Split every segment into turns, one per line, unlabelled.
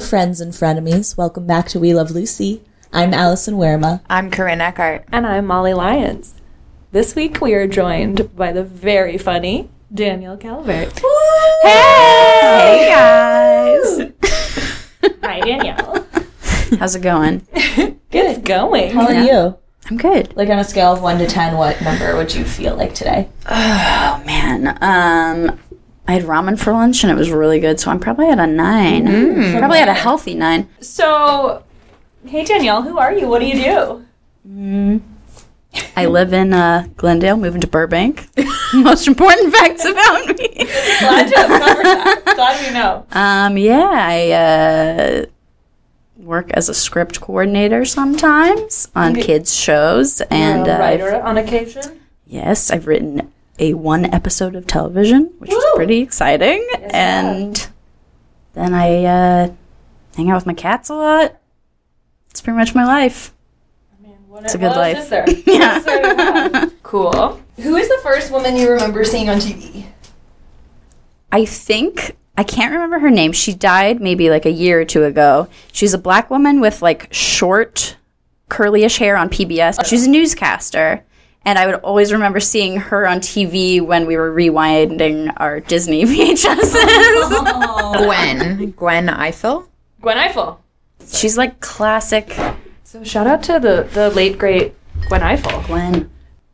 friends and frenemies. Welcome back to We Love Lucy. I'm Allison Werma.
I'm Corinne Eckhart.
And I'm Molly Lyons. This week we are joined by the very funny Daniel Calvert.
Hey guys,
Hi, Danielle.
how's it going?
It's going.
How are you?
I'm good.
Like on a scale of one to ten, what number would you feel like today?
Oh man, um, I had ramen for lunch and it was really good, so I'm probably at a nine.
Mm.
Hmm.
Probably at a healthy nine.
So, hey, Danielle, who are you? What do you do?
I live in uh, Glendale, moving to Burbank. Most important facts about me.
Glad to have covered that. Glad we know.
Um, yeah, I uh, work as a script coordinator sometimes on kids shows, and
You're a
uh, I've-
writer on occasion.
Yes, I've written a one episode of television, which was
Woo!
pretty exciting. and then I uh, hang out with my cats a lot. It's pretty much my life.
What,
It's a good
what
life.
Else is there?
Yeah.
What else do we have? cool.
Who is the first woman you remember seeing on TV?
I think I can't remember her name. She died maybe like a year or two ago. She's a black woman with like short, curlyish hair on PBS. She's a newscaster. And I would always remember seeing her on TV when we were rewinding our Disney VHSs.
Gwen. Gwen Eiffel.
Gwen Eiffel.
She's like classic
So, shout out to the, the late, great Gwen Eiffel.
Gwen.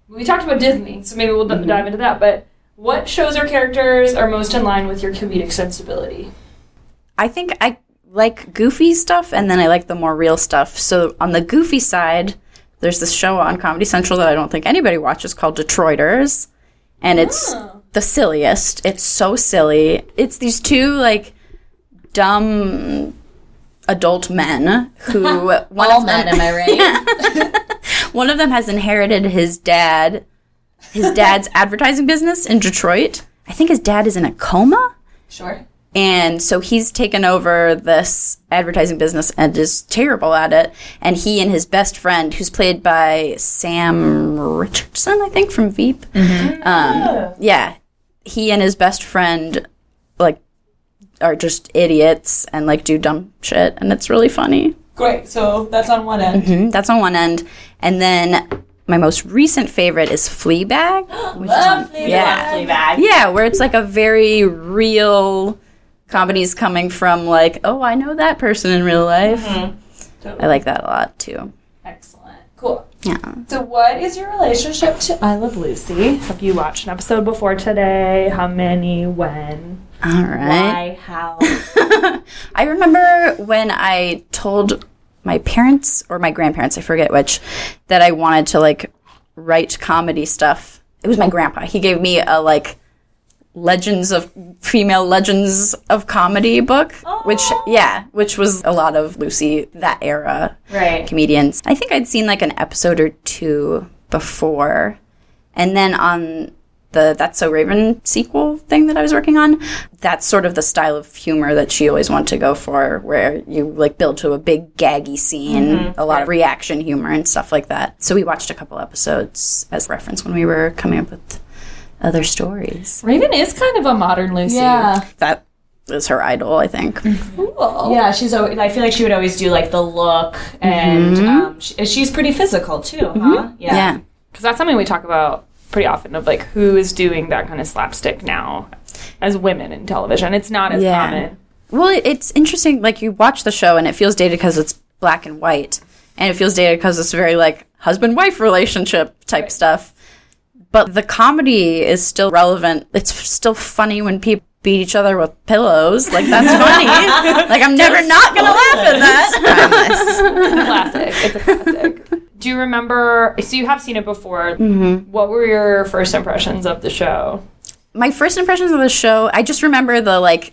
We talked about Disney, so maybe we'll d- dive into that. But what shows or characters are most in line with your comedic sensibility?
I think I like goofy stuff and then I like the more real stuff. So on the goofy side, there's this show on Comedy Central that I don't think anybody watches called Detroiters. And it's the silliest. It's so silly. It's these two like dumb adult men who one
All
of
men, am
them
I right?
one of them has inherited his dad his dad's advertising business in Detroit. I think his dad is in a coma.
Sure.
And so he's taken over this advertising business and is terrible at it. And he and his best friend, who's played by Sam Richardson, I think, from Veep. Um, yeah. He and his best friend, like, are just idiots and, like, do dumb shit. And it's really funny.
Great. So that's on one end.
Mhm, That's on one end. And then my most recent favorite is Fleabag. Which is on, yeah. Yeah, where it's like a very real comedies coming from like, oh, I know that person in real life. I like that a lot too.
Excellent. Cool.
Yeah.
So, what is your relationship to I Love Lucy? Have you watched an episode before today? How many? When?
All right.
Why? How?
I remember when I told my parents or my grandparents, I forget which, that I wanted to like write comedy stuff. It was my grandpa. He gave me a like legends of female legends of comedy book, which yeah, which was a lot of Lucy that era.
right.
comedians. I think I'd seen like an episode or two before. And then on the That's So Raven sequel thing that I was working on, that's sort of the style of humor that she always wanted to go for, where you like build to a big gaggy scene, a lot of reaction humor and stuff like that. So we watched a couple episodes as reference when we were coming up with other stories.
Raven is kind of a modern Lucy.
Yeah. Um,
That is her idol, I think.
Cool.
Yeah, she's always, I feel like she would always do like the look and um, she, she's pretty physical too, huh?
yeah.
Because that's something we talk about pretty often of like who is doing that kind of slapstick now as women in television. It's not as
Yeah.
common.
Well, it- it's interesting. Like you watch the show and it feels dated because it's black and white, and it feels dated because it's very like husband wife relationship type stuff. But the comedy is still relevant. It's f- still funny when people beat each other with pillows. Like that's funny. like I'm never not gonna laugh at that.
classic. It's a classic. Do you remember? So you have seen it before. What were your first impressions of the show?
My first impressions of the show, I just remember the like,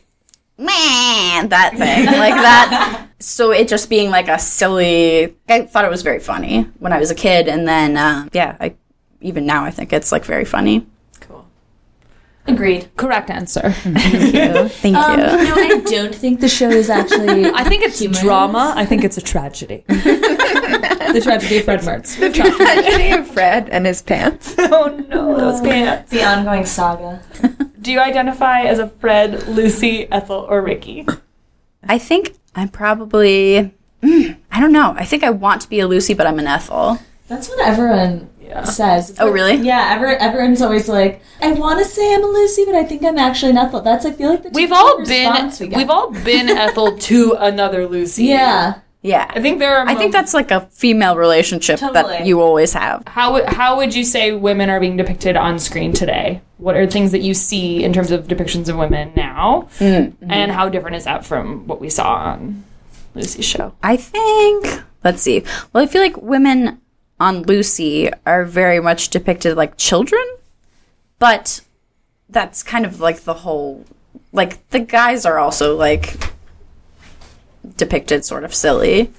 man, that thing, like that. So it just being like a silly. I thought it was very funny when I was a kid, and then uh, yeah, I even now I think it's like very funny.
Cool.
Agreed.
Correct answer.
Thank
Um,
you.
no, I don't think the show is actually.
I think it's
Humorous.
drama. I think it's a tragedy.
the tragedy of Fred Mertz.
Fred and his pants.
oh no, those pants.
The ongoing saga.
Do you identify as a Fred, Lucy, Ethel, or Ricky?
I think I probably. Mm, I don't know. I think I want to be a Lucy, but I'm an Ethel.
That's what everyone says.
Oh, really?
Yeah, ever, everyone's always like, I want to say I'm a Lucy, but I think I'm actually an Ethel. That's, I feel like, the
We've
typical
all been
response we get.
we've all been Ethel to another Lucy.
Yeah.
Yeah.
I think there are.
I think that's like a female relationship that
Totally.
you always have.
How would- how would you say women are being depicted on screen today? What are things that you see in terms of depictions of women now, and how different is that from what we saw on Lucy's show?
I think. Let's see. Well, I feel like women on Lucy are very much depicted like children, but that's kind of like the whole. Like the guys are also like depicted sort of silly.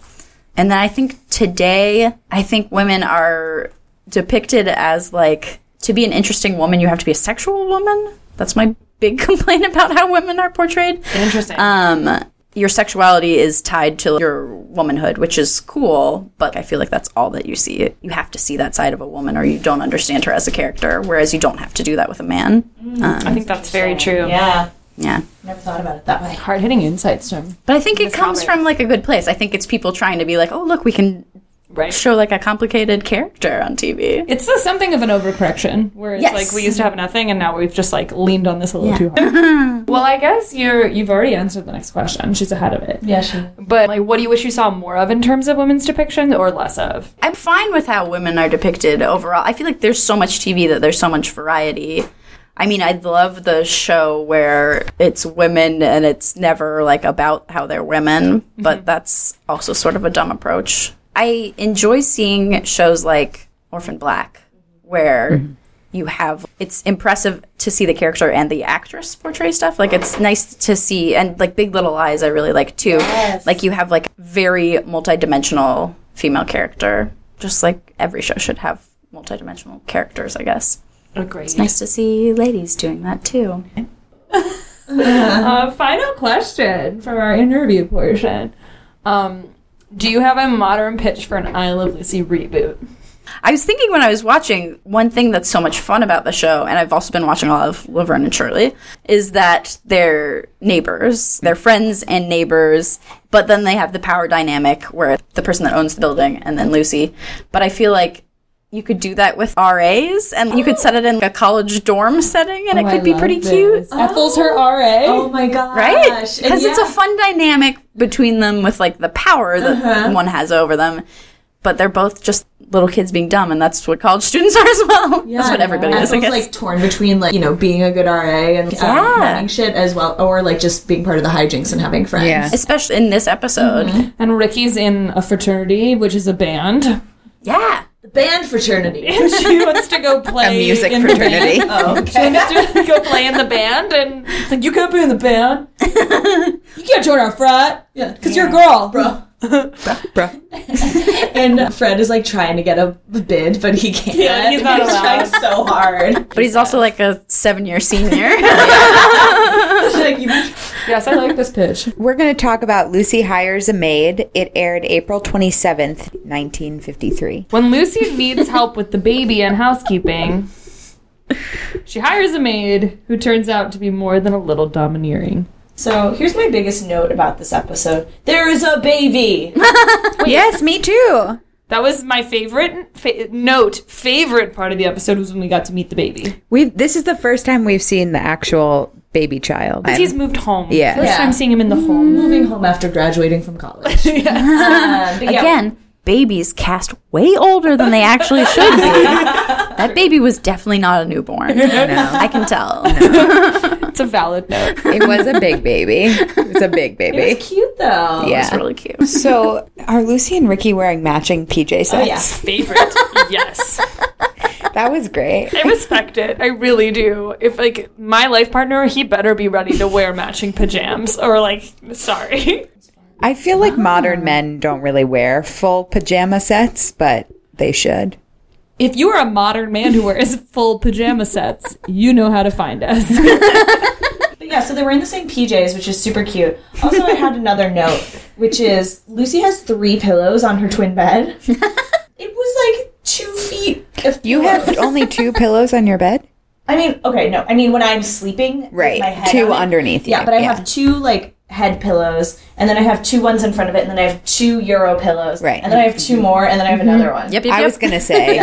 And then I think today, I think women are depicted as like to be an interesting woman, you have to be a sexual woman. That's my big complaint about how women are portrayed
Interesting.
um, your sexuality is tied to your womanhood, which is cool, but I feel like that's all that you see. You have to see that side of a woman or you don't understand her as a character, whereas you don't have to do that with a man.
I think that's very true.
Yeah.
Yeah.
Never thought about it that way.
Hard hitting insights from
But I think it
Miss
comes
Calvert.
from like a good place. I think it's people trying to be like, oh, look, we can
right.
show like a complicated character on TV.
It's just something of an overcorrection, where it's
Yes.
like we used to have nothing, and now we've just like leaned on this a little
Yeah.
too hard. well, I guess you're you've already answered the next question. She's ahead of it.
Yeah, she.
But like, what do you wish you saw more of in terms of women's depiction or less of?
I'm fine with how women are depicted overall. I feel like there's so much TV that there's so much variety. I mean, I love the show where it's women and it's never like about how they're women, but that's also sort of a dumb approach. I enjoy seeing shows like Orphan Black where you have it's impressive to see the character and the actress portray stuff. Like it's nice to see and like Big Little Lies I really like too.
Yes.
Like you have like very multidimensional female character. Just like every show should have multidimensional characters, I guess.
Agreed.
Nice to see ladies doing that too.
Uh, final question from our interview portion. Um, do you have a modern pitch for an I Love Lucy reboot?
I was thinking when I was watching, one thing that's so much fun about the show, and I've also been watching a lot of Laverne and Shirley, is that they're neighbors, they're friends and neighbors, but then they have the power dynamic where the person that owns the building and then Lucy. But I feel like you could do that with RAs, and you could set it in like, a college dorm setting,
Oh,
and it could be pretty cute.
Ethel's her RA. Oh my gosh.
Right?
And
Because it's
yeah.
a fun dynamic between them with like the power that
Uh-huh.
one has over them. But they're both just little kids being dumb, and that's what college students are as well. that's what
I know.
everybody
I
is, I
was
guess.
like torn between like you know being a good RA and um,
Yeah.
running shit as well, or like just being part of the hijinks and having friends.
Yeah.
Especially in this episode.
Mm-hmm.
And Ricky's in a fraternity, which is a band.
Yeah.
The band fraternity.
And she wants to go play
A music
in the
fraternity.
band. She wants to go play in the band, and it's like you can't be in the band.
you can't join our frat. Yeah, because you're a girl, bro.
Bruh.
And Fred is like trying to get a bid, but he can't.
Yeah, he's not
trying so hard.
But he's also like a seven year senior.
He's like, you-
Yes, I like this pitch.
We're going to talk about Lucy Hires a Maid. It aired April 27th, 1953.
When Lucy needs help with the baby and housekeeping, she hires a maid who turns out to be more than a little domineering.
So here's my biggest note about this episode: there is a baby.
Yes, me too.
That was my favorite fa- note. Favorite part of the episode was when we got to meet the baby.
We've this is the first time we've seen the actual baby child.
He's moved home.
Yeah.
First
Yeah.
time seeing him in the home.
Moving home after graduating from college. Um, but yeah,
Again, babies cast way older than they actually should be. that baby was definitely not a newborn. I can tell.
It's a valid note.
it was a big baby. It was a big baby.
it's cute though.
Yeah.
It's really cute.
So, are Lucy and Ricky wearing matching PJ sets?
Oh, yeah.
Favorite. yes.
That was great.
I respect it. I really do. If like my life partner, he better be ready to wear matching pajamas or like sorry.
I feel like modern men don't really wear full pajama sets, but they should.
If you are a modern man who wears full pajama sets, you know how to find us.
But yeah, so they were in the same PJs, which is super cute. Also, I had another note, which is Lucy has three pillows on her twin bed. it was like two feet. Of
You have
pillows.
only two pillows on your bed?
I mean, okay, no. I mean, when I'm sleeping, with
Right.
my head
Two
on it-
underneath you,
Yeah, but I
yeah.
have two like head pillows, and then I have two ones in front of it, and then I have two euro pillows,
Right.
And then I have two more, and then I have another one.
Yep, yep,
I
yep.
was gonna say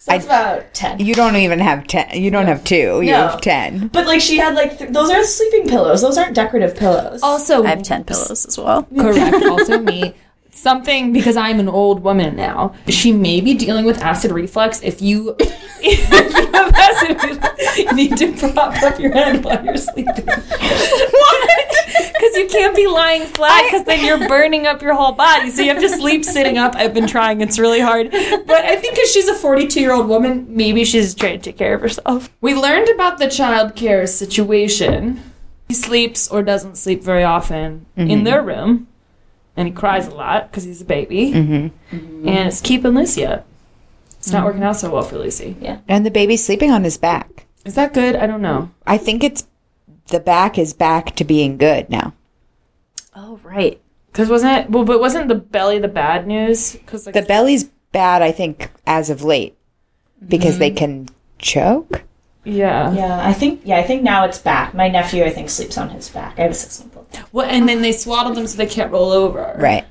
so it's about ten.
you don't even have ten. You don't have two. You
No.
have ten.
But like she had like th- those are sleeping pillows. Those aren't decorative pillows.
Also,
I have 10 pillows as well.
Correct. Also me. Something because I'm an old woman now. She may be dealing with acid reflux. If you, if you have acid reflux, you need to prop up your head while you're sleeping. What? Because you can't be lying flat because then you're burning up your whole body. So you have to sleep sitting up. I've been trying. It's really hard. But I think because she's a 42 year old woman, maybe she's trying to take care of herself. We learned about the child care situation. He sleeps or doesn't sleep very often in their room and he cries a lot because he's a baby, and it's keeping Lucy up. It's not working out so well for Lucy.
And the baby's sleeping on his back.
Is that good? I don't know.
I think it's the back is back to being good now.
Oh, right.
Because wasn't it? Well, but wasn't the belly the bad news? Because like
The belly's bad, I think, as of late because they
Mm-hmm.
can choke.
yeah.
yeah, I think yeah, I think now it's back. My nephew, I think, sleeps on his back. I have a six month old.
Well, and then they swaddle them so they can't roll over.
Right.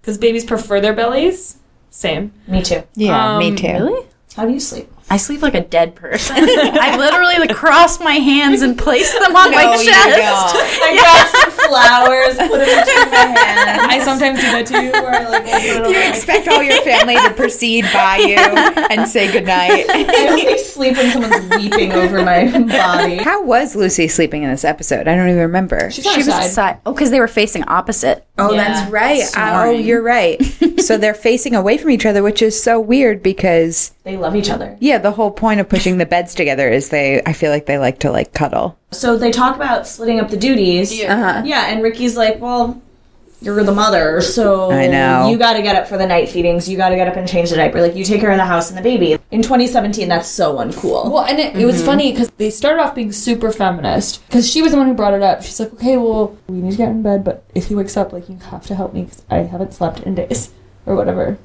Because babies prefer their bellies. Same.
Me too.
Yeah. me
Um,
too.
How do you sleep?
I sleep like a dead person. I literally like, cross my hands and place them on my
No, you
chest.
don't.
I got some flowers, put them between my hands.
I sometimes do that too.
Or, like, I put it
You
over my-
expect all your family to proceed by you and say goodnight.
I only sleep when someone's weeping over my body.
How was Lucy sleeping in this episode? I don't even remember.
She's on her
She was
side.
aside. Oh, because they were facing opposite.
Oh,
Yeah,
that's right. Oh,
snoring.
you're right. so they're facing away from each other, which is so weird because
They love each other.
yeah, the whole point of pushing the beds together is they I feel like they like to like cuddle.
So they talk about splitting up the duties.
Yeah.
Uh-huh.
Yeah, and Ricky's like, well, you're the mother, so
I know.
you got to get up for the night feedings. You got to get up and change the diaper. Like you take care of the house and the baby. In 2017, that's so uncool.
Well, and it, it was funny because they started off being super feminist because she was the one who brought it up. She's like, okay, well, we need to get in bed, but if he wakes up, like, you have to help me because I haven't slept in days or whatever.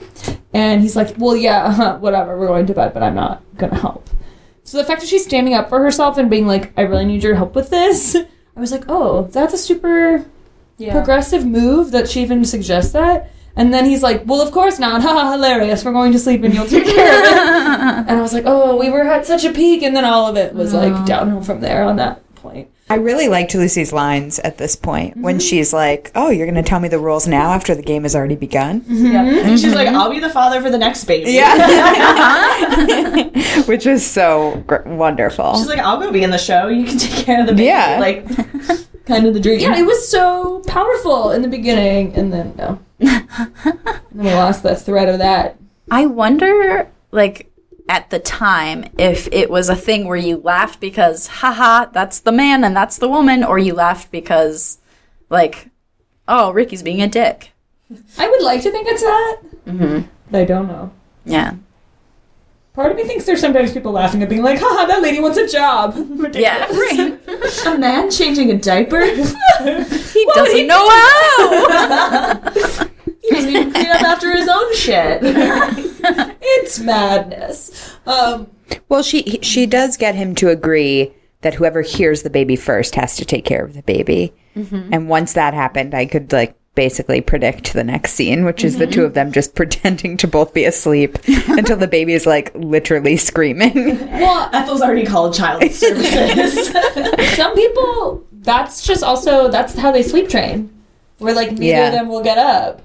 And he's like, well, yeah, uh-huh, whatever, we're going to bed, but I'm not going to help. So the fact that she's standing up for herself and being like, I really need your help with this, I was like, oh, that's a super progressive move that she even suggests that. And then he's like, "Well, of course not. Ha, ha, hilarious. We're going to sleep and you'll take care of it." and I was like, "Oh, we were at such a peak." And then all of it was like downhill from there on that point.
I really liked Lucy's lines at this point when she's like, "Oh, you're going to tell me the rules now after the game has already begun."
Yeah.
Mm-hmm.
And she's like, I'll be the father for the next baby.
Yeah. Which is so gr- wonderful.
She's like, I'll go be in the show. You can take care of the baby.
Yeah.
Like, kind of the dream.
Yeah, it was so powerful in the beginning, and then no, and then we lost the thread of that.
I wonder, like, at the time, if it was a thing where you laughed because, haha, that's the man and that's the woman, or you laughed because, like, oh, Ricky's being a dick.
I would like to think it's that, but I don't know.
Yeah.
Part of me thinks there's sometimes people laughing at being like, "Haha, that lady wants a job." Ridiculous.
Yeah. Right.
a man changing a diaper?
He doesn't know how.
he doesn't even clean up after his own shit.
it's madness. Um,
Well, she he- she does get him to agree that whoever hears the baby first has to take care of the baby. And once that happened, I could like basically predict the next scene, which is the two of them just pretending to both be asleep until the baby is like literally screaming.
well,
Ethel's already called child services.
some people that's just also that's how they sleep train where like neither
Yeah.
of them will get up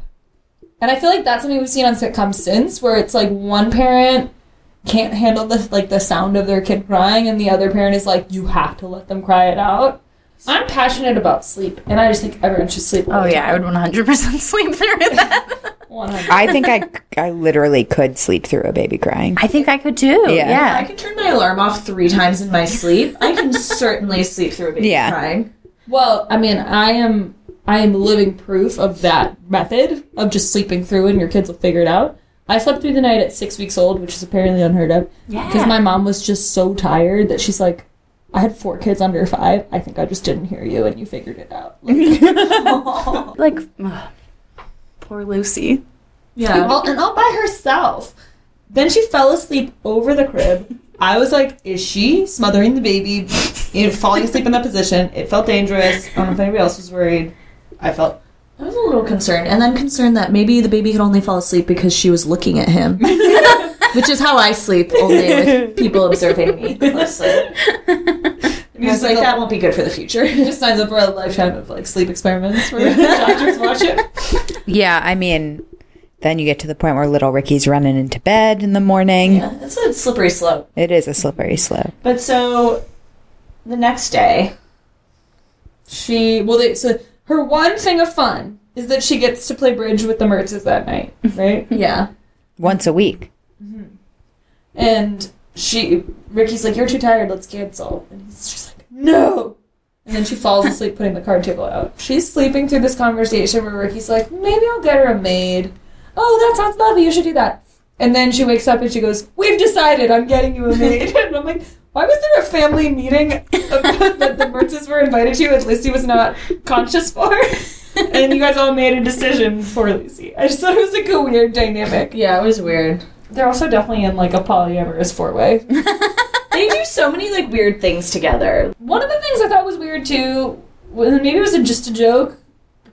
and i feel like that's something we've seen on sitcoms since where it's like one parent can't handle the like the sound of their kid crying and the other parent is like you have to let them cry it out i'm passionate about sleep and i just think everyone should sleep all
oh,
the
yeah, I would 100% sleep through that.
time. 100.
I think I I literally could sleep through a baby crying.
I think I could too.
Yeah.
I
Yeah.
can turn my alarm off three times in my sleep. I can certainly sleep through a baby
Yeah.
crying.
well i mean i am i am living proof of that method of just sleeping through and your kids will figure it out i slept through the night at six weeks old which is apparently unheard of Because
Yeah.
my mom was just so tired that she's like, I had four kids under five. I think I just didn't hear you and you figured it out. Like,
Like, ugh, poor Lucy.
Yeah.
all- and all by herself. Then she fell asleep over the crib. I was like, is she smothering the baby? You know, falling asleep in that position. It felt dangerous. I don't know if anybody else was worried. I felt.
I was a little concerned, and then concerned that maybe the baby could only fall asleep because she was looking at him, which is how I sleep only with people observing me closely. I was like, that won't be good for the future.
Just signs up for a lifetime of like sleep experiments where doctors watch it.
Yeah, I mean, then you get to the point where little Ricky's running into bed in the morning.
Yeah, it's a slippery slope.
It is a slippery slope.
But so the next day,
She well, they, so her one thing of fun is that she gets to play bridge with the Mertzes that night, right?
yeah,
Once a week.
and she, Ricky's like, "You're too tired. Let's cancel." And he's just like, "No." And then she falls asleep putting the card table out. She's sleeping through this conversation where Ricky's like, "Maybe I'll get her a maid." Oh, that sounds lovely. You should do that. And then she wakes up and she goes, "We've decided. I'm getting you a maid." and I'm like. Why was there a family meeting that the Mertzes were invited to and Lissy was not conscious for? and you guys all made a decision for Lucy. I just thought it was like a weird dynamic.
yeah, it was weird.
They're also definitely in like a polyamorous four way.
They do so many like weird things together.
One of the things I thought was weird too, was maybe it was a, just a joke.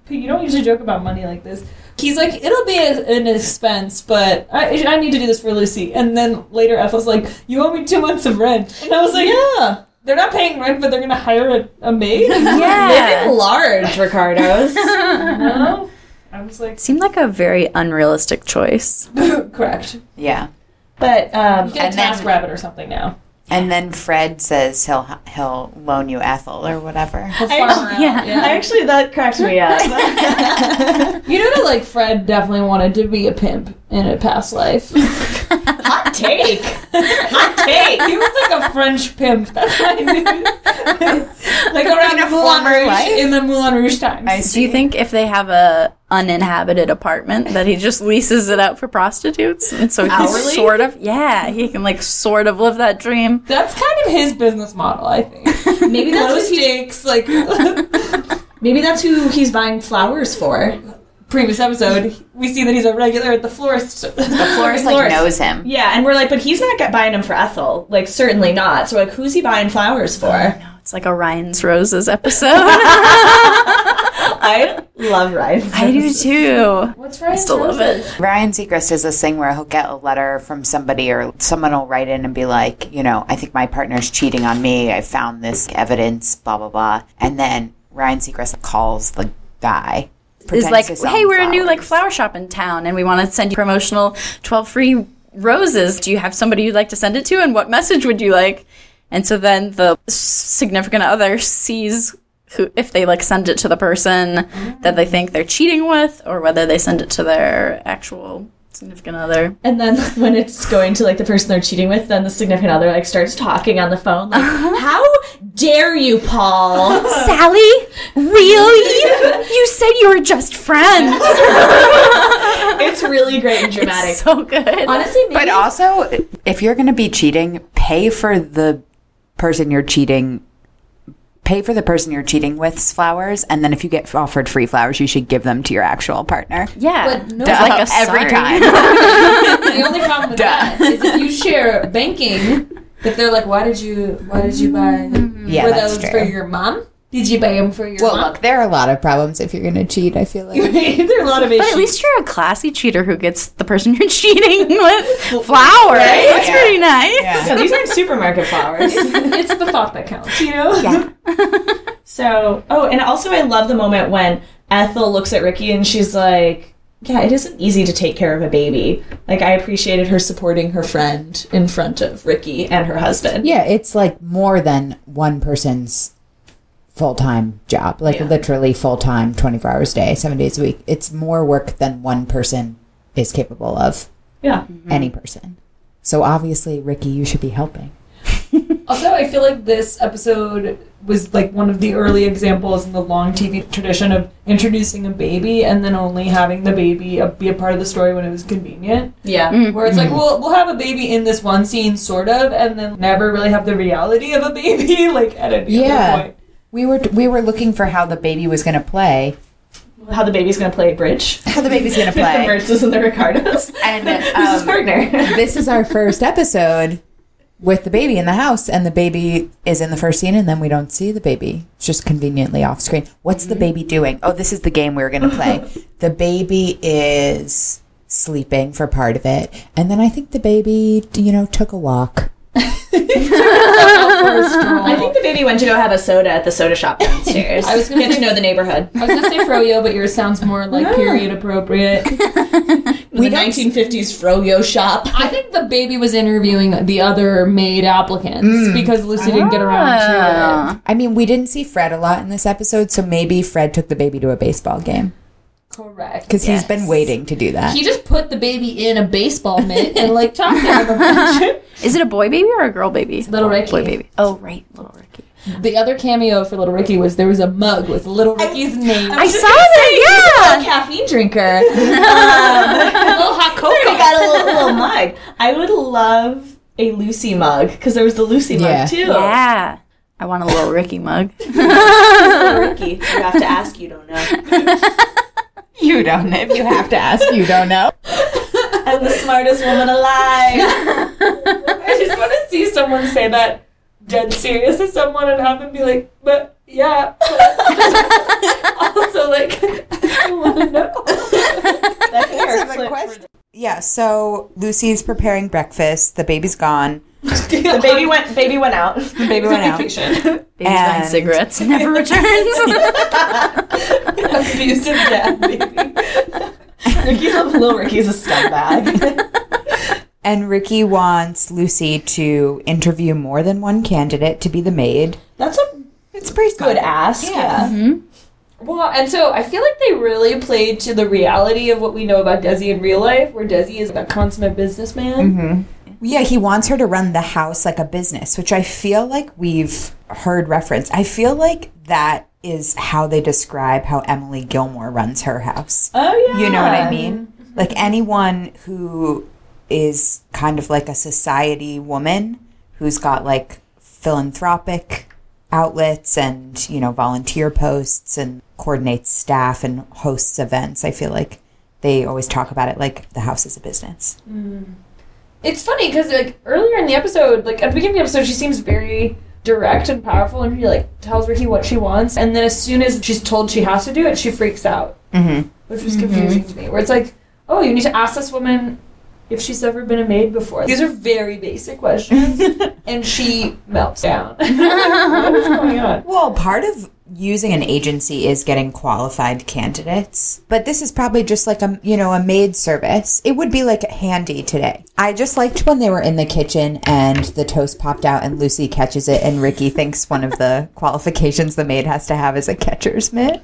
You don't usually joke about money like this. He's like, it'll be a- an expense, but I, I need to do this for Lucy. And then later, Ethel's like, you owe me two months of rent. And I was like, yeah. They're not paying rent, but they're going to hire a, a maid?
Yeah.
large, Ricardo's.
no. I was like,
Seemed like a very unrealistic choice.
correct.
Yeah.
but um,
You get a
And then-
task rabbit or something now.
And then Fred says he'll he'll loan you Ethel or whatever.
Farm
yeah.
I actually that cracked me up.
You know that like Fred definitely wanted to be a pimp in a past life.
Hot take. Hot take.
he was like a French pimp. That's what I knew. like around
In a
Moulin
former
Rouge
life?
in the Moulin Rouge times.
I
Do you
see.
think if they have a uninhabited apartment that he just leases it out for prostitutes, and so he can
Hourly?
sort of yeah, he can like sort of live that dream.
That's kind of his business model, I think.
Maybe
Low
that's who he,
stakes, like
maybe that's who he's buying flowers for.
previous episode, we see that he's a regular at the florist.
The florist like knows him.
Yeah, and we're like, but he's not get- buying them for Ethel. Like, certainly not. So, like, who's he buying flowers for?
It's like a Ryan's Roses episode. I
I love Ryan.
do too.
What's right?
Still love it.
Ryan Seacrest does this thing where he'll get a letter from somebody or someone will write in and be like, you know, I think my partner's cheating on me. I found this evidence, blah, blah, blah. And then Ryan Seacrest calls the guy.
It's
pretends
like,
to sell
hey,
him
we're a new like
flowers.
flower shop in town, and we want to send you promotional twelve free roses. Do you have somebody you'd like to send it to, and what message would you like? And so then the significant other sees who if they like send it to the person that they think they're cheating with, or whether they send it to their actual significant other.
And then when it's going to like the person they're cheating with, then the significant other like starts talking on the phone. Like, how dare you, Paul?
Sally, really? you said you were just friends.
it's really great and dramatic.
so good.
Honestly, maybe
But also, if you're going to be cheating, pay for the person you're cheating. Pay for the person you're cheating with's flowers, and then if you get offered free flowers, you should give them to your actual partner.
yeah,
But no,
It's like a
every
sorry.
Mm-hmm.
time.
the only problem with that is if you share banking, if they're like, why did you, why did you buy?
yeah,
were
that's
those
true.
for your mom? Did you buy them for your
Well,
mom?
look, there are a lot of problems if you're going to cheat, I feel like.
there are a lot of
But at least you're a classy cheater who gets the person you're cheating with flowers. That's
Yeah.
pretty nice.
Yeah, these aren't supermarket flowers.
it's the thought that counts, you know?
So, oh, and also I love the moment when Ethel looks at Ricky and she's like, "Yeah, it isn't easy to take care of a baby." Like I appreciated her supporting her friend in front of Ricky and her husband.
Yeah, it's like more than one person's full time job, like literally full time, 24 hours a day, seven days a week. It's more work than one person is capable of,
Yeah.
any person. So obviously, Ricky, you should be helping.
Also, I feel like this episode was like one of the early examples in the long TV tradition of introducing a baby and then only having the baby a, be a part of the story when it was convenient.
Yeah.
Where it's like, well, we'll have a baby in this one scene, sort of, and then never really have the reality of a baby, like at any
Yeah.
other point.
We were we were looking for how the baby was going to play,
How the baby's going to play bridge.
how the baby's going to
The
play.
Mertzes and the Ricardos.
And
Who's his
um,
partner?
this is our first episode with the baby in the house, and the baby is in the first scene, and then we don't see the baby. It's just conveniently off screen.
What's the baby doing? Oh, this is the game we were going to play.
The baby is sleeping for part of it, and then I think the baby, you know, took a walk.
I think the baby went to go have a soda at the soda shop downstairs.
I was gonna
get to
say-
know the neighborhood.
I was gonna say froyo, but yours sounds more like period appropriate.
We the 1950s froyo shop.
I think the baby was interviewing the other maid applicants because Lucy didn't get around to it.
I mean, we didn't see Fred a lot in this episode, so maybe Fred took the baby to a baseball game
Correct.
because he's been waiting to do that.
He just put the baby in a baseball mitt and like talked to him a bunch.
Is it a boy baby or a girl baby?
Little Ricky.
Boy baby. Oh, right. Little Ricky.
The other cameo for Little Ricky was there was a mug with Little Ricky's name.
I saw that, yeah.
Caffeine drinker. Um,
a little hot
I
cocoa.
got a little, little mug. I would love a Lucy mug because there was the Lucy
Yeah.
mug too.
Yeah. I want a little Ricky mug.
Ricky, you have to ask. You don't know.
You don't know. If you have to ask, you don't know.
I'm the smartest woman alive.
I just want to see someone say that dead serious to someone and have them be like, but yeah. also, like, I want to know.
That hair clip.
Yeah, so Lucy's preparing breakfast. The baby's gone.
The baby went. Baby went out. The
baby went out.
Baby's buying
And-
cigarettes, never returns.
Abusive dad. Baby. Ricky's a little Ricky's a scumbag.
And Ricky wants Lucy to interview more than one candidate to be the maid.
That's a
It's pretty
good ask. Yeah.
Well, and so I feel like they really played to the reality of what we know about Desi in real life, where Desi is a consummate businessman.
Yeah, he wants her to run the house like a business, which I feel like we've heard referenced. I feel like that is how they describe how Emily Gilmore runs her house.
Oh yeah.
You know what I mean? Like anyone who is kind of like a society woman who's got like philanthropic outlets and, you know, volunteer posts and coordinates staff and hosts events. I feel like they always talk about it like the house is a business.
Hmm. It's funny because like earlier in the episode, like at the beginning of the episode, she seems very direct and powerful, and she like tells Ricky what she wants, and then as soon as she's told she has to do it, she freaks out,
Mhm.
which was confusing to me. Where it's like, oh, you need to ask this woman if she's ever been a maid before. These are very basic questions, and she melts down. what is going on?
Well, part of using an agency is getting qualified candidates, but this is probably just like a you know a maid service. It would be like handy today. I just liked when they were in the kitchen and the toast popped out and Lucy catches it and Ricky thinks one of the qualifications the maid has to have is a catcher's mitt.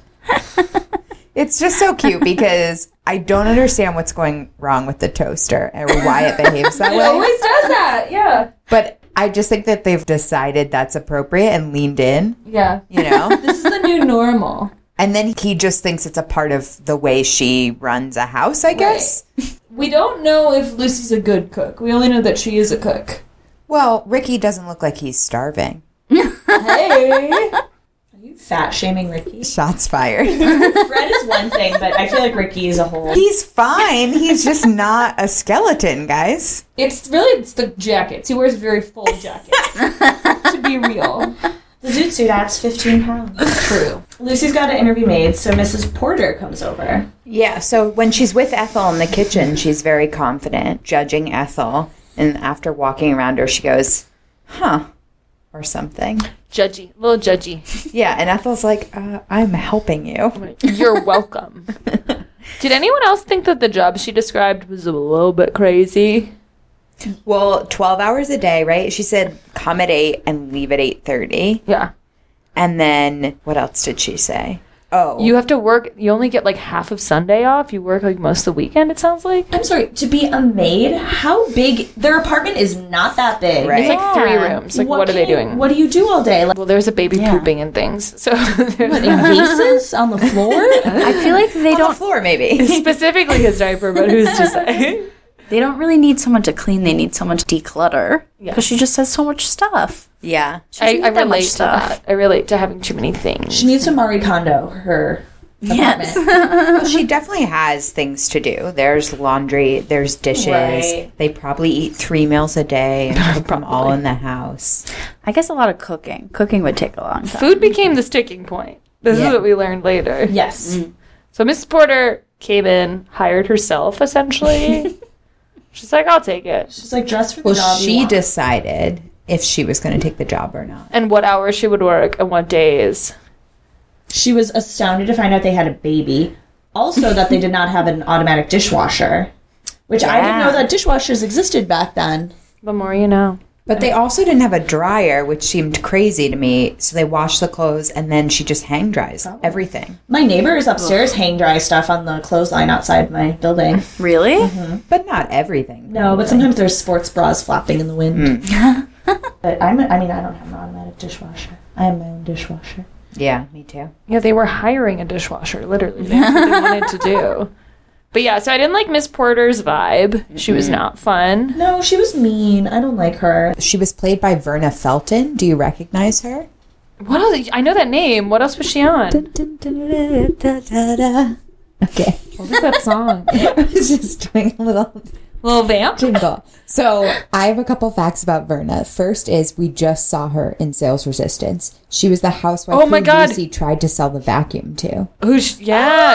It's just so cute because I don't understand what's going wrong with the toaster or why it behaves that
It
way.
always does that. Yeah,
But I just think that they've decided that's appropriate and leaned in,
yeah.
you know?
This is the new normal.
And then he just thinks it's a part of the way she runs a house, I guess.
We don't know if Lucy's a good cook. We only know that she is a cook.
Well, Ricky doesn't look like he's starving.
Hey. Are you fat shaming Ricky?
Shots fired.
Fred is one thing, but I feel like Ricky is a whole.
he's fine. He's just not a skeleton, guys.
It's really it's the jackets. He wears very full jackets. to be real.
The Zutsu, that's 15 pounds.
True.
Lucy's got to interview maids, so Mrs. Porter comes over.
Yeah,
So when she's with Ethel in the kitchen, she's very confident, judging Ethel.
and after walking around her, she goes, huh, or something.
Judgy, little judgy.
Yeah, and Ethel's like, uh, I'm helping you.
You're welcome. Did anyone else think that the job she described was a little bit crazy?
Well, 12 hours a day, right? She said, come at 8 and leave at 8.30.
Yeah.
And then, what else did she say? Oh,
You have to work, you only get like half of Sunday off. You work like most of the weekend, it sounds like.
I'm sorry, to be a maid? How big? Their apartment is not that big.
Right.
It's like three
Yeah.
rooms. Like, what, are they
can you-
doing?
What do you do all day? Like
Well, there's a baby pooping and things. So there's
in vases on the floor?
I feel like they
on the
don't
floor, maybe.
specifically his diaper, but who's to say?
they don't really need someone to clean, they need someone to declutter. Because she just has so much stuff.
yeah.
She doesn't
I, I
need that much
relate to that. I relate to having too many things.
she needs to Marie Kondo her
Yes.
Well, she definitely has things to do. There's laundry, there's dishes.
Right.
They probably eat three meals a day and cook them all in the house.
I guess a lot of cooking. Cooking would take a long time.
Food became the sticking point. This is what we learned later.
Yes.
Mm.
So Mrs. Porter came in, hired herself essentially. She's like, I'll take it.
She's like dressed for the
Well,
job. you
she
want.
decided if she was going to take the job or not.
And what hours she would work and what days.
She was astounded to find out they had a baby. Also, that they did not have an automatic dishwasher, which I didn't know that dishwashers existed back then.
The more you know.
But they also didn't have a dryer, which seemed crazy to me. So they washed the clothes and then she just hang dries everything.
My neighbors upstairs hang dry stuff on the clothesline outside my building.
Really?
But not everything.
No, but sometimes there's sports bras flapping in the wind. but I'm, I mean, I don't have an automatic dishwasher. I am my own dishwasher.
Yeah, me too.
Yeah, they were hiring a dishwasher, literally. That's what they wanted to do. But yeah, so I didn't like Miss Porter's vibe. She was not fun.
No, she was mean. I don't like her.
She was played by Verna Felton. Do you recognize her?
What else? I know that name. What else was she on?
Okay.
What was that song?
I was just doing a little
Little Vamp?
jingle. So I have a couple facts about Verna. First is we just saw her in Sales Resistance. She was the housewife
Oh my
who
God.
Lucy tried to sell the vacuum to.
Who? sh yeah,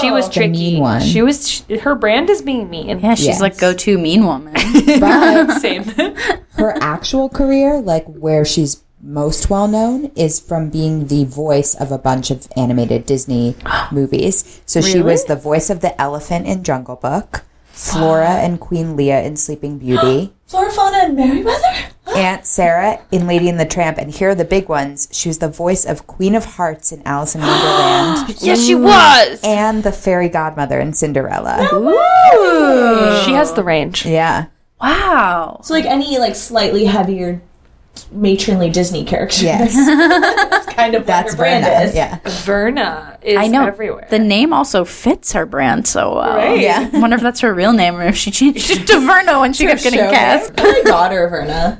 she was
Oh! The mean
tricky.
one.
She was. Sh- her brand is being mean.
Yeah, she's
Yes.
like go-to mean woman.
But
Same.
her actual career, like where she's most well known, is from being the voice of a bunch of animated Disney movies. So she was the voice of the elephant in Jungle Book, Flora and Queen Leah in Sleeping Beauty.
Flora, Fauna, and Merryweather?
Aunt Sarah in Lady and the Tramp, and here are the big ones. She was the voice of Queen of Hearts in Alice in Wonderland,
yes, she was.
and the fairy godmother in Cinderella.
She has the range.
Oh. Yeah,
Wow.
So, like, any, like, slightly heavier matronly Disney character.
yes,
That's kind of what
that's
her brand
Verna.
is.
Yeah,
Verna is
I know.
everywhere.
The name also fits her brand so well.
Right.
Yeah.
I wonder if that's her real name or if she changed it to Verna when she kept getting cast.
I'm a daughter of Verna.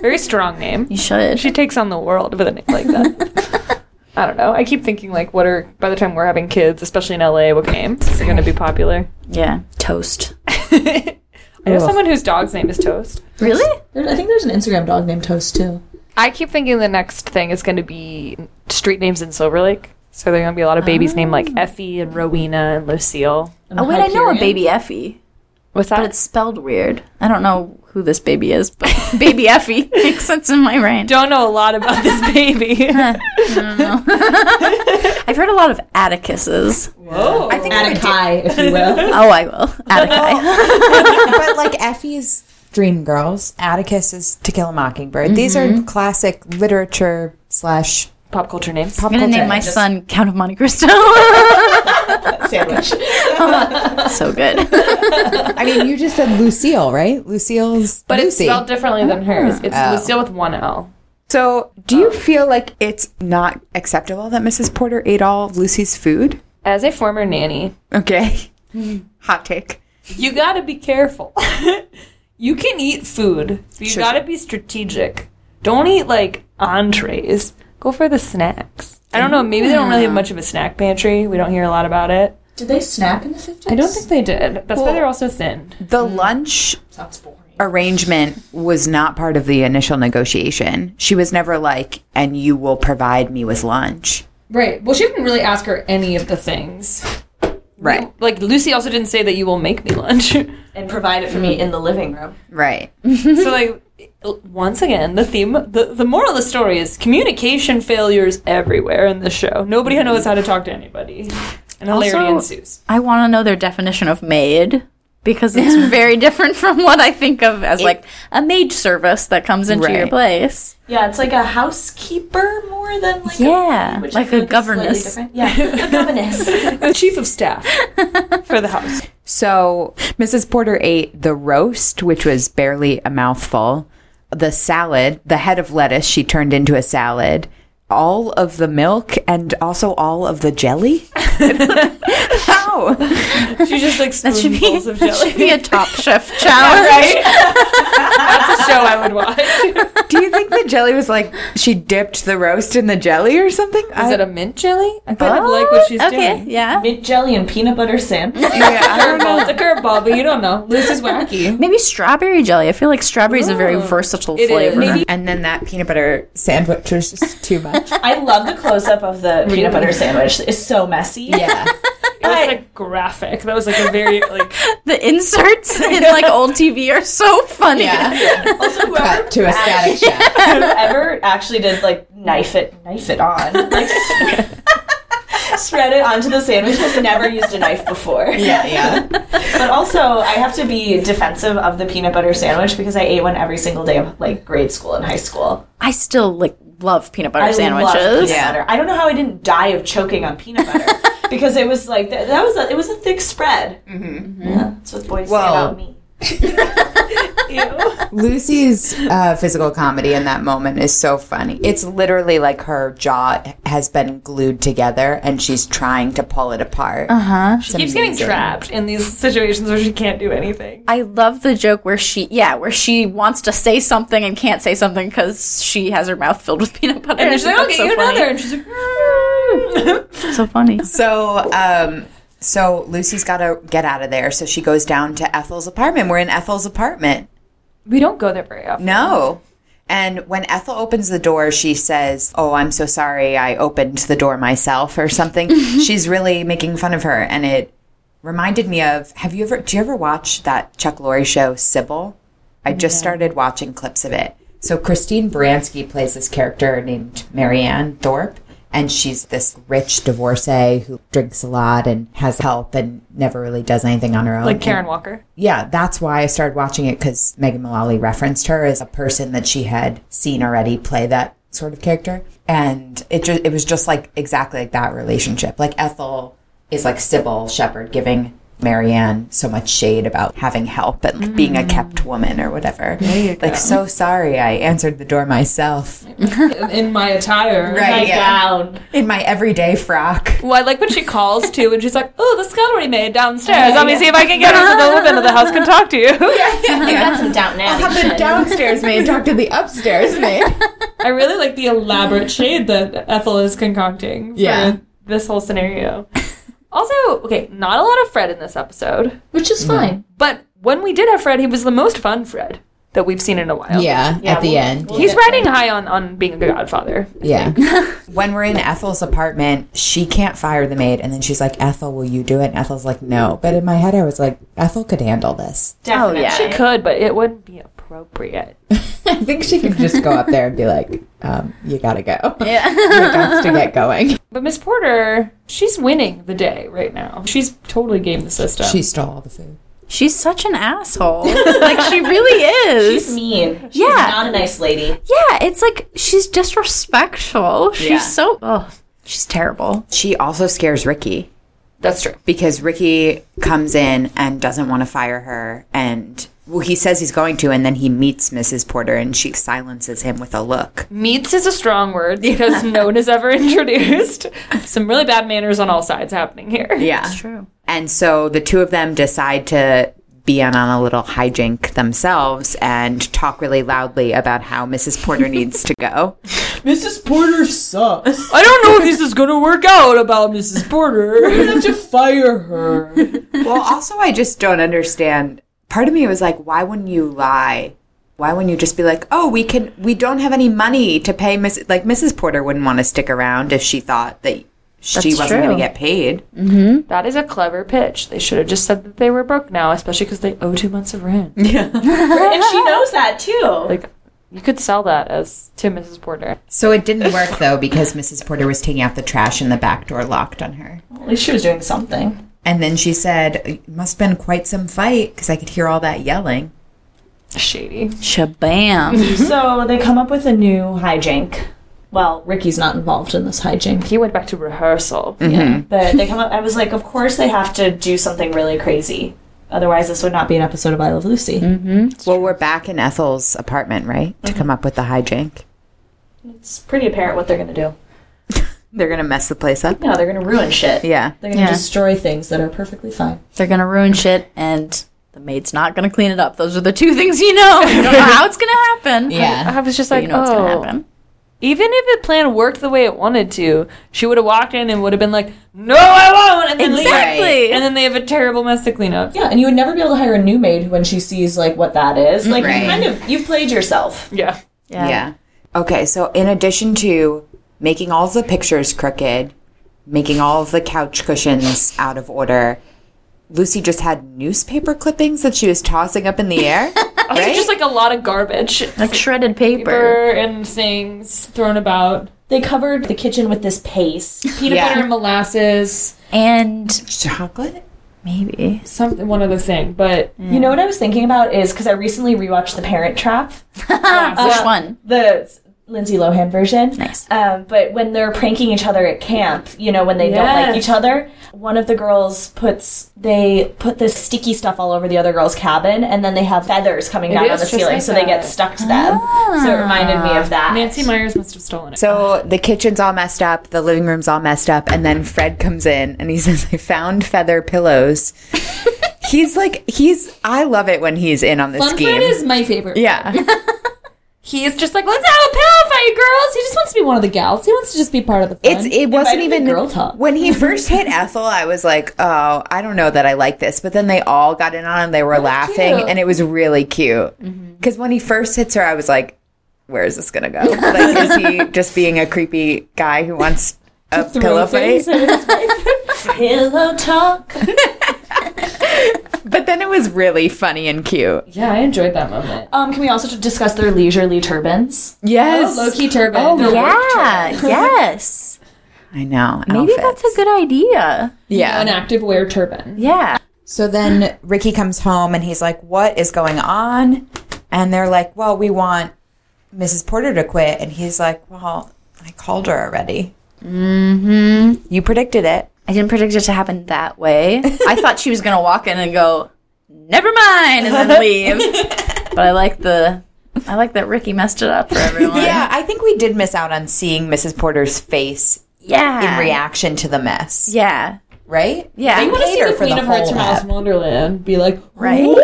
Very strong name.
You should.
She takes on the world with a name like that. I don't know. I keep thinking like, what are by the time we're having kids, especially in LA, what games is going to be popular?
Yeah. Toast.
I know someone whose dog's name is Toast.
Really?
There, I think there's an Instagram dog named Toast, too.
I keep thinking the next thing is going to be street names in Silver Lake. So there are going to be a lot of babies named like Effie and Rowena and Lucille.
Oh wait, I know a baby Effie,
What's
but
that?
it's spelled weird. I don't know who this baby is, but baby Effie makes sense in my brain.
don't know a lot about this baby.
I've heard a lot of Atticuses.
I think.
Atticai, if you will.
Oh, I will. Atticus.
but like Effie's Dream Girls, Atticus is To Kill a Mockingbird. These are classic literature slash
Pop culture names.
pop
I'm gonna
culture.
name my son Count of Monte Cristo.
Sandwich.
so good.
I mean, you just said Lucille, right? Lucille's
But it's
Lucy.
spelled differently than hers. It's Lucille with one L.
So, do you feel like it's not acceptable that Mrs. Porter ate all of Lucy's food?
As a former nanny,
Okay. Hot take.
you gotta be careful. you can eat food, but you gotta be strategic. Don't eat like entrees. Go for the snacks. I don't know. Maybe they don't really have much of a snack pantry. We don't hear a lot about it.
Did they snap in the 50s?
I don't think they did. That's why they're also thin.
The lunch
Sounds boring.
arrangement was not part of the initial negotiation. She was never like, and you will provide me with lunch.
right.
Well, she didn't really ask her any of the things.
Right.
Like Lucy also didn't say that you will make me lunch. so
And provide it for me in the living room.
Right.
like once again, the theme the, the moral of the story is communication failures everywhere in this show. Nobody knows how to talk to anybody. And hilarity
Also-
ensues.
I want to know their definition of maid because it's very different from what I think of as like a maid service that comes into your
Right.
place.
Yeah, it's like a housekeeper more than like
Yeah,
a, which I
like
feel
a
is slightly
governess.
different. Yeah, a governess.
The chief of staff for the house.
So Mrs. Porter ate the roast, which was barely a mouthful, the salad, the head of lettuce she turned into a salad, all of the milk, and also all of the jelly. How?
She's just like
That should be,
spoonfuls of
that
jelly.
should be a Top Chef challenge.
That's a show I would watch.
Do you think the jelly was like she dipped the roast in the jelly or something?
Is
I,
it a mint jelly? I kind of like what she's
okay,
doing.
yeah.
Mint jelly and peanut butter sandwich.
Curveball, it's a curveball, but you don't know. This is wacky.
Maybe strawberry jelly. I feel like strawberry is a very versatile flavor.
and then that peanut butter.
Sandwich was just too much.
I love the close up of the peanut butter sandwich. It's so messy.
yeah.
It was like graphic. That was like a very like
The inserts in like old TV are so funny.
Also, whoever
Cut to a static shot.
whoever actually did like knife it, knife it on, like shred it onto the sandwich has never used a knife before.
Yeah, yeah.
But also, I have to be defensive of the peanut butter sandwich because I ate one every single day of like grade school and high school.
I still like love peanut butter
I
sandwiches.
Love peanut butter. I don't know how I didn't die of choking on peanut butter because it was like that, that was a, it was a thick spread. Mm-hmm. Yeah, that's what boys say
Well,
about me.
Lucy's uh, physical comedy in that moment is so funny. It's literally like her jaw has been glued together and she's trying to pull it apart. Uh huh. She
keeps getting trapped in these situations where she can't do anything.
I love the joke where she, yeah, where she wants to say something and can't say something because she has her mouth filled with peanut butter. And
She's like, I'll get
That's so
you
funny.
another. And she's like,
So funny.
So, um, so Lucy's got to get out of there. So she goes down to Ethel's apartment. We're in Ethel's apartment.
we don't go there very often.
No. And when Ethel opens the door, she says, Oh, I'm so sorry. I opened the door myself or something. She's really making fun of her. And it reminded me of have you ever, do you ever watch that Chuck Lorre show, Sybil? I just started watching clips of it. So Christine Baranski plays this character named Marianne Thorpe. And she's this rich divorcee who drinks a lot and has help and never really does anything on her own.
Like
And-
Karen Walker.
yeah, that's why I started watching it because Megan Mullally referenced her as a person that she had seen already play that sort of character. And it ju- it was just like exactly like that relationship. Like Ethel is like Sybil Shepherd giving Marianne so much shade about having help and like, being a kept woman or whatever. Like, so sorry, I answered the door myself
in my attire.
Right,
My
yeah.
gown.
in my everyday frock.
Well, I like when she calls too, and she's like, "Oh, the scullery maid downstairs. Let me see if I can get her so the woman of the house can talk to you."
I got some Downton Abbey shit.
downstairs maid talk to the upstairs maid.
I really like the elaborate shade that Ethel is concocting. for
Yeah.
this whole scenario. Also, okay, not a lot of Fred in this episode,
which
Mm-hmm.
is fine.
but when we did have Fred, he was the most fun Fred that we've seen in a while.
Yeah, at the end.
He's riding high on, on being a good godfather.
Yeah. when we're in Ethel's apartment, she can't fire the maid. And then she's like, Ethel, will you do it? And Ethel's like, no. But in my head, I was like, Ethel could handle this.
Definitely.
yeah.
She could, but it wouldn't be appropriate.
I think she could just go up there and be like, um, you gotta go. Yeah. you got to get going.
But Miss Porter, she's winning the day right now. She's totally game the system.
She stole all the food.
She's such an asshole. like she really is.
She's mean. She's
Yeah.
not a nice lady.
yeah, it's like she's disrespectful. She's so oh, she's terrible.
She also scares Ricky
That's true.
because Ricky comes in and doesn't want to fire her. And, well, he says he's going to. And then he meets Mrs. Porter and she silences him with a look.
Meets is a strong word because no one is ever introduced. Some really bad manners on all sides happening here.
Yeah.
True.
And so the two of them decide to be in on a little hijink themselves and talk really loudly about how Mrs. Porter needs to go.
Mrs. Porter sucks.
I don't know if this is going to work out about Mrs. Porter.
We have to fire her.
Well, also, I just don't understand. Part of me was like, why wouldn't you lie? Why wouldn't you just be like, oh, we can, we don't have any money to pay Miss, like Mrs. Porter wouldn't want to stick around if she thought that she
That's
wasn't going to
true.
get paid.
That is a clever pitch. They should have just said that they were broke now, especially because they owe two months of rent.
and she knows that too.
Like, you could sell that as to Mrs. Porter.
So it didn't work though because Mrs. Porter was taking out the trash and the back door locked on her.
At least she was doing something.
And then she said, it must have been quite some fight because I could hear all that yelling.
Shady.
Shabam.
So they come up with a new hijink. Well, Ricky's not involved in this hijink,
He went back to rehearsal.
Mm-hmm.
but they come up. I was like, of course they have to do something really crazy. Otherwise, this would not be an episode of I Love Lucy.
Mm-hmm.
Well, we're back in Ethel's apartment, right? To come up with the hijink.
It's pretty apparent what they're going to do.
They're going to mess the place up.
No, they're going to ruin shit.
Yeah.
They're going to
Yeah.
destroy things that are perfectly fine.
They're gonna ruin shit and The maid's not going to clean it up. Those are the two things you know. You don't know how it's going to happen.
Yeah.
I was just
But
like,
you know it's going to
oh.
happen.
Even if the plan worked the way it wanted to, she would have walked in and would have been like, "No, I won't," and then leave.
Exactly.
And then they have a terrible mess to clean up.
Yeah, and you would never be able to hire a new maid when she sees like what that is. Like
Right.
you kind of you've played yourself.
Yeah.
Yeah.
Okay, so in addition to making all of the pictures crooked, making all of the couch cushions out of order, Lucy just had newspaper clippings that she was tossing up in the air.
Also, just like a lot of garbage,
Like shredded paper.
paper and things thrown about.
They covered the kitchen with this paste.
Peanut butter and molasses.
And
Chocolate?
maybe.
Something, one other thing, but
You know what I was thinking about is because I recently rewatched The Parent Trap,
Which one?
Uh, the Lindsay Lohan version.
Nice.
Um, but when they're pranking each other at camp, you know, when they don't like
Yes.
each other, one of the girls puts they put this sticky stuff all over the other girl's cabin, and then they have feathers coming down
is
on the
just
ceiling,
like
so they get
that.
stuck to them. So it reminded me of that.
Nancy Myers must have stolen it.
So the kitchen's all messed up, the living room's all messed up, and then Fred comes in and he says, I found feather pillows. he's like, he's, I love it when he's in on this
Fun
game.
Fred is my favorite.
yeah.
He is just like, let's have a pillow fight, girls. He just wants to be one of the gals. He wants to just be part of the fun.
It's it wasn't
Invited the
even
girl talk.
When he first hit Ethel, I was like, "Oh, I don't know that I like this." But then they all got in on him. They were laughing,
cute. Mm-hmm.
and it was really cute. Because when he first hits her, I was like, "Where is this gonna go? Like, is he just being a creepy guy who wants a pillow fight?"
Pillow talk.
But then it was really funny and cute.
yeah, I enjoyed that moment.
Um, can we also discuss their leisurely turbans?
Yes,
Low key turban. Oh,
Yeah. yes.
I know.
Maybe
outfits.
that's a good idea.
yeah.
An active wear turban.
Yeah.
So then Ricky comes home and he's like, What is going on? And they're like, Well, we want Mrs. Porter to quit. And he's like, Well, I called her already. Mm-hmm. You predicted it.
I didn't predict it to happen that way. I thought she was going to walk in and go, "Never mind," and then leave. but I like the I like that Ricky messed it up for everyone.
Yeah, I think we did miss out on seeing Mrs. Porter's face
Yeah.
in reaction to the mess,
Yeah.
right?
Yeah.
They
I want to see
paid her
the
for
Queen
the
of Hearts
whole
from Alice
app.
in Wonderland be like,
Right?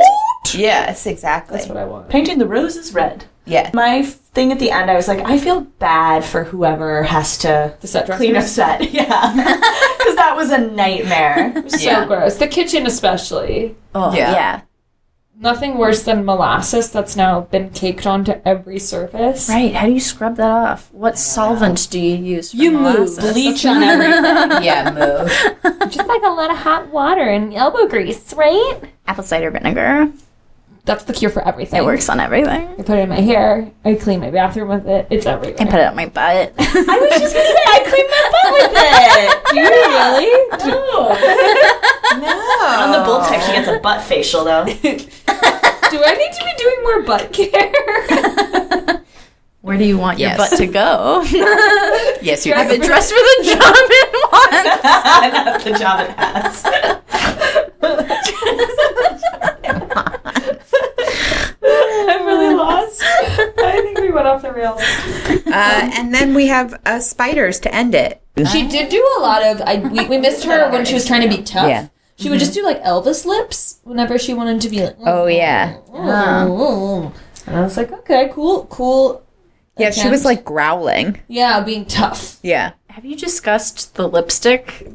Yes, exactly.
what I want.
Painting the roses red.
Yeah.
My f- thing at the end, I was like, I feel bad for whoever has to
The set dressers.
clean up set. Yeah. Because that was a nightmare.
So gross. The kitchen especially.
Oh, yeah.
Yeah.
Nothing worse than molasses that's now been caked onto every surface.
Right. How do you scrub that off? What solvent do you use? For
You move.
molasses?
Bleach on everything.
Yeah, move.
Just like a lot of hot water and elbow grease, right?
Apple cider vinegar.
That's the cure for everything.
It works on everything.
I put it in my hair. I clean my bathroom with it. It's everywhere.
I put it up my butt.
I was just going to say, I cleaned my butt with it. Do you really? No.
No.
On the bull pick, he gets a butt facial, though.
Do I need to be doing more butt care?
Where do you want your butt to go?
yes, you.
I've been dressed for the job it wants.
Not the job it has.
I'm really lost. I think we went off the rails.
Um,
Uh, and then we have uh, spiders to end it.
She did do a lot of. I we, we missed her when she was trying to be tough.
Yeah.
She would just do like Elvis lips whenever she wanted to be like.
Oh yeah,
Uh.
"Oh." And I was like, okay, cool, cool.
yeah. She was
Attempt.
like growling.
Yeah, being tough.
Yeah,
Have you discussed the lipstick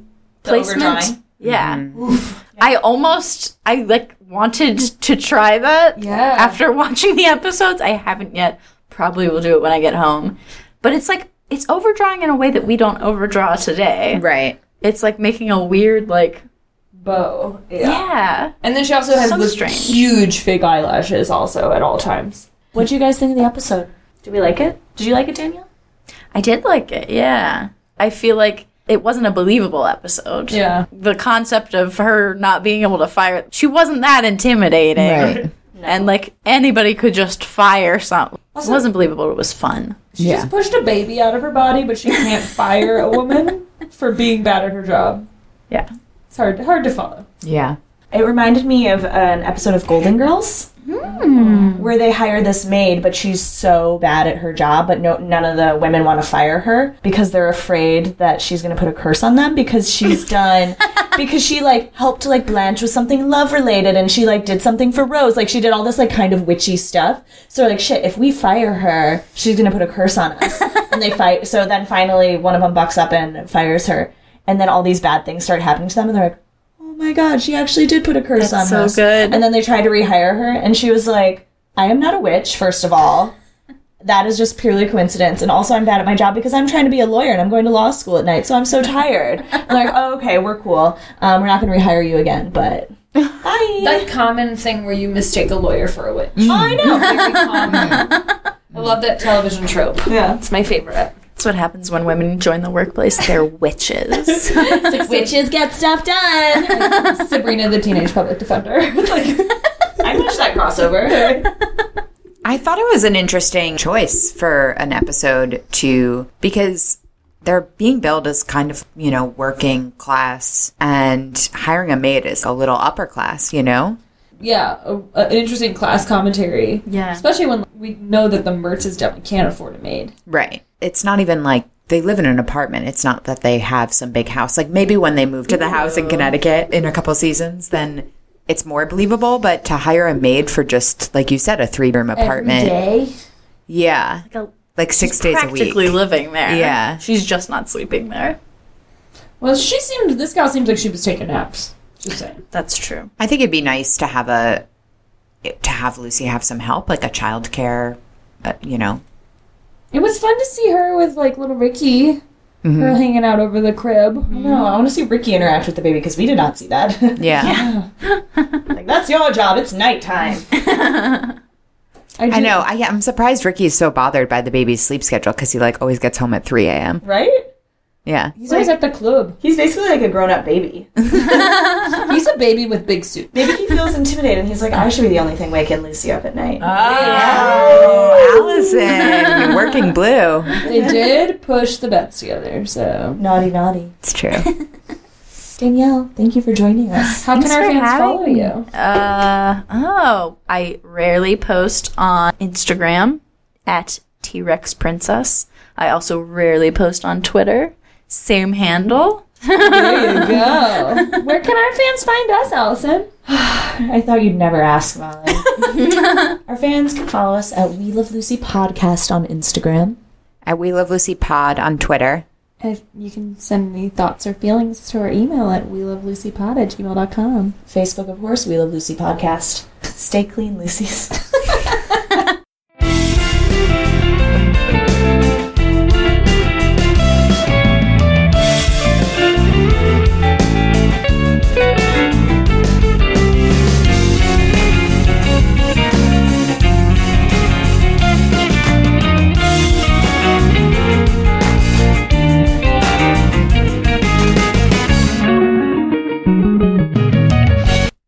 placement?
overdrawing?
Yeah.
Mm-hmm.
I almost I like wanted to try that.
Yeah.
After watching the episodes, I haven't yet. Probably will do it when I get home. But it's like it's overdrawing in a way that we don't overdraw today.
right.
It's like making a weird like
bow. Yeah.
yeah.
And then she also has
So
those
strange.
huge fake eyelashes also at all times.
What do you guys think of the episode? Did we like it? Did you like it, Danielle?
I did like it. Yeah. I feel like it wasn't a believable episode.
Yeah.
the concept of her not being able to fire she wasn't that intimidating
Right.
and like anybody could just fire something it wasn't believable but it was fun
She just pushed a baby out of her body, but she can't fire a woman for being bad at her job.
Yeah.
It's hard hard to follow.
Yeah.
It reminded me of an episode of Golden Girls where they hire this maid, but she's so bad at her job, but no, none of the women want to fire her because they're afraid that she's going to put a curse on them because she's done because she like helped like Blanche with something love related and she like did something for Rose. Like she did all this like kind of witchy stuff. So we're like shit, if we fire her, she's gonna put a curse on us. and they fight. So then finally one of them bucks up and fires her. And then all these bad things start happening to them and they're like, oh my god, she actually did put a curse on
so
us.
Oh, good.
And then they tried to rehire her and she was like, I am not a witch, first of all. That is just purely coincidence. And also, I'm bad at my job because I'm trying to be a lawyer and I'm going to law school at night, so I'm so tired. I'm like, oh, okay, we're cool. Um, we're not going to rehire you again, but bye.
That common thing where you mistake a lawyer for a witch.
I know.
Very common. I love that television trope. Yeah. It's my favorite.
That's what happens when women join the workplace. They're witches.
Witches get stuff done.
Sabrina the Teenage Public Defender.
I watched that crossover.
I thought it was an interesting choice for an episode to because they're being billed as kind of, you know, working class and hiring a maid is a little upper class, you know?
yeah, a, a- an interesting class commentary.
Yeah.
Especially when we know that the Mertzes definitely can't afford a maid.
Right. It's not even like they live in an apartment. It's not that they have some big house. Like maybe when they move to the house in Connecticut in a couple seasons, then it's more believable. But to hire a maid for just, like you said, a three room apartment. Yeah. Like,
a-
six days a week.
Practically living there.
Yeah.
She's just not sleeping there.
Well, she seemed, this gal seems like she was taking naps. Just saying.
That's true.
I think it'd be nice to have a to have Lucy have some help, like a child care, uh, you know.
It was fun to see her with like little Ricky. Her hanging out over the crib.
No, I want to see Ricky interact with the baby because we did not see that.
Yeah.
like, that's your job. It's nighttime.
I know. I, I'm surprised Ricky is so bothered by the baby's sleep schedule because he like always gets home at 3 a.m.
Right?
Yeah.
He's always at the club.
He's basically like a grown up baby.
He's a baby with big suit.
Maybe he feels intimidated and he's like, I should be the only thing waking Lucy up at night. Ah.
Oh, Allison, you're working blue.
They did push the bets together, so.
naughty, naughty.
It's true.
Danielle, thank you for joining us.
How can our
for
fans follow
having
you?
Uh oh. I rarely post on Instagram at T Rex Princess. I also rarely post on Twitter. Same handle.
There you go. Where can our fans find us, Allison?
I thought you'd never ask, Molly. Our fans can follow us at We Love Lucy Podcast on Instagram.
At We Love Lucy Pod on Twitter.
If you can send any thoughts or feelings to our email at welovelucypod at gmail.com.
Facebook, of course, We Love Lucy Podcast. Stay clean, Lucy's.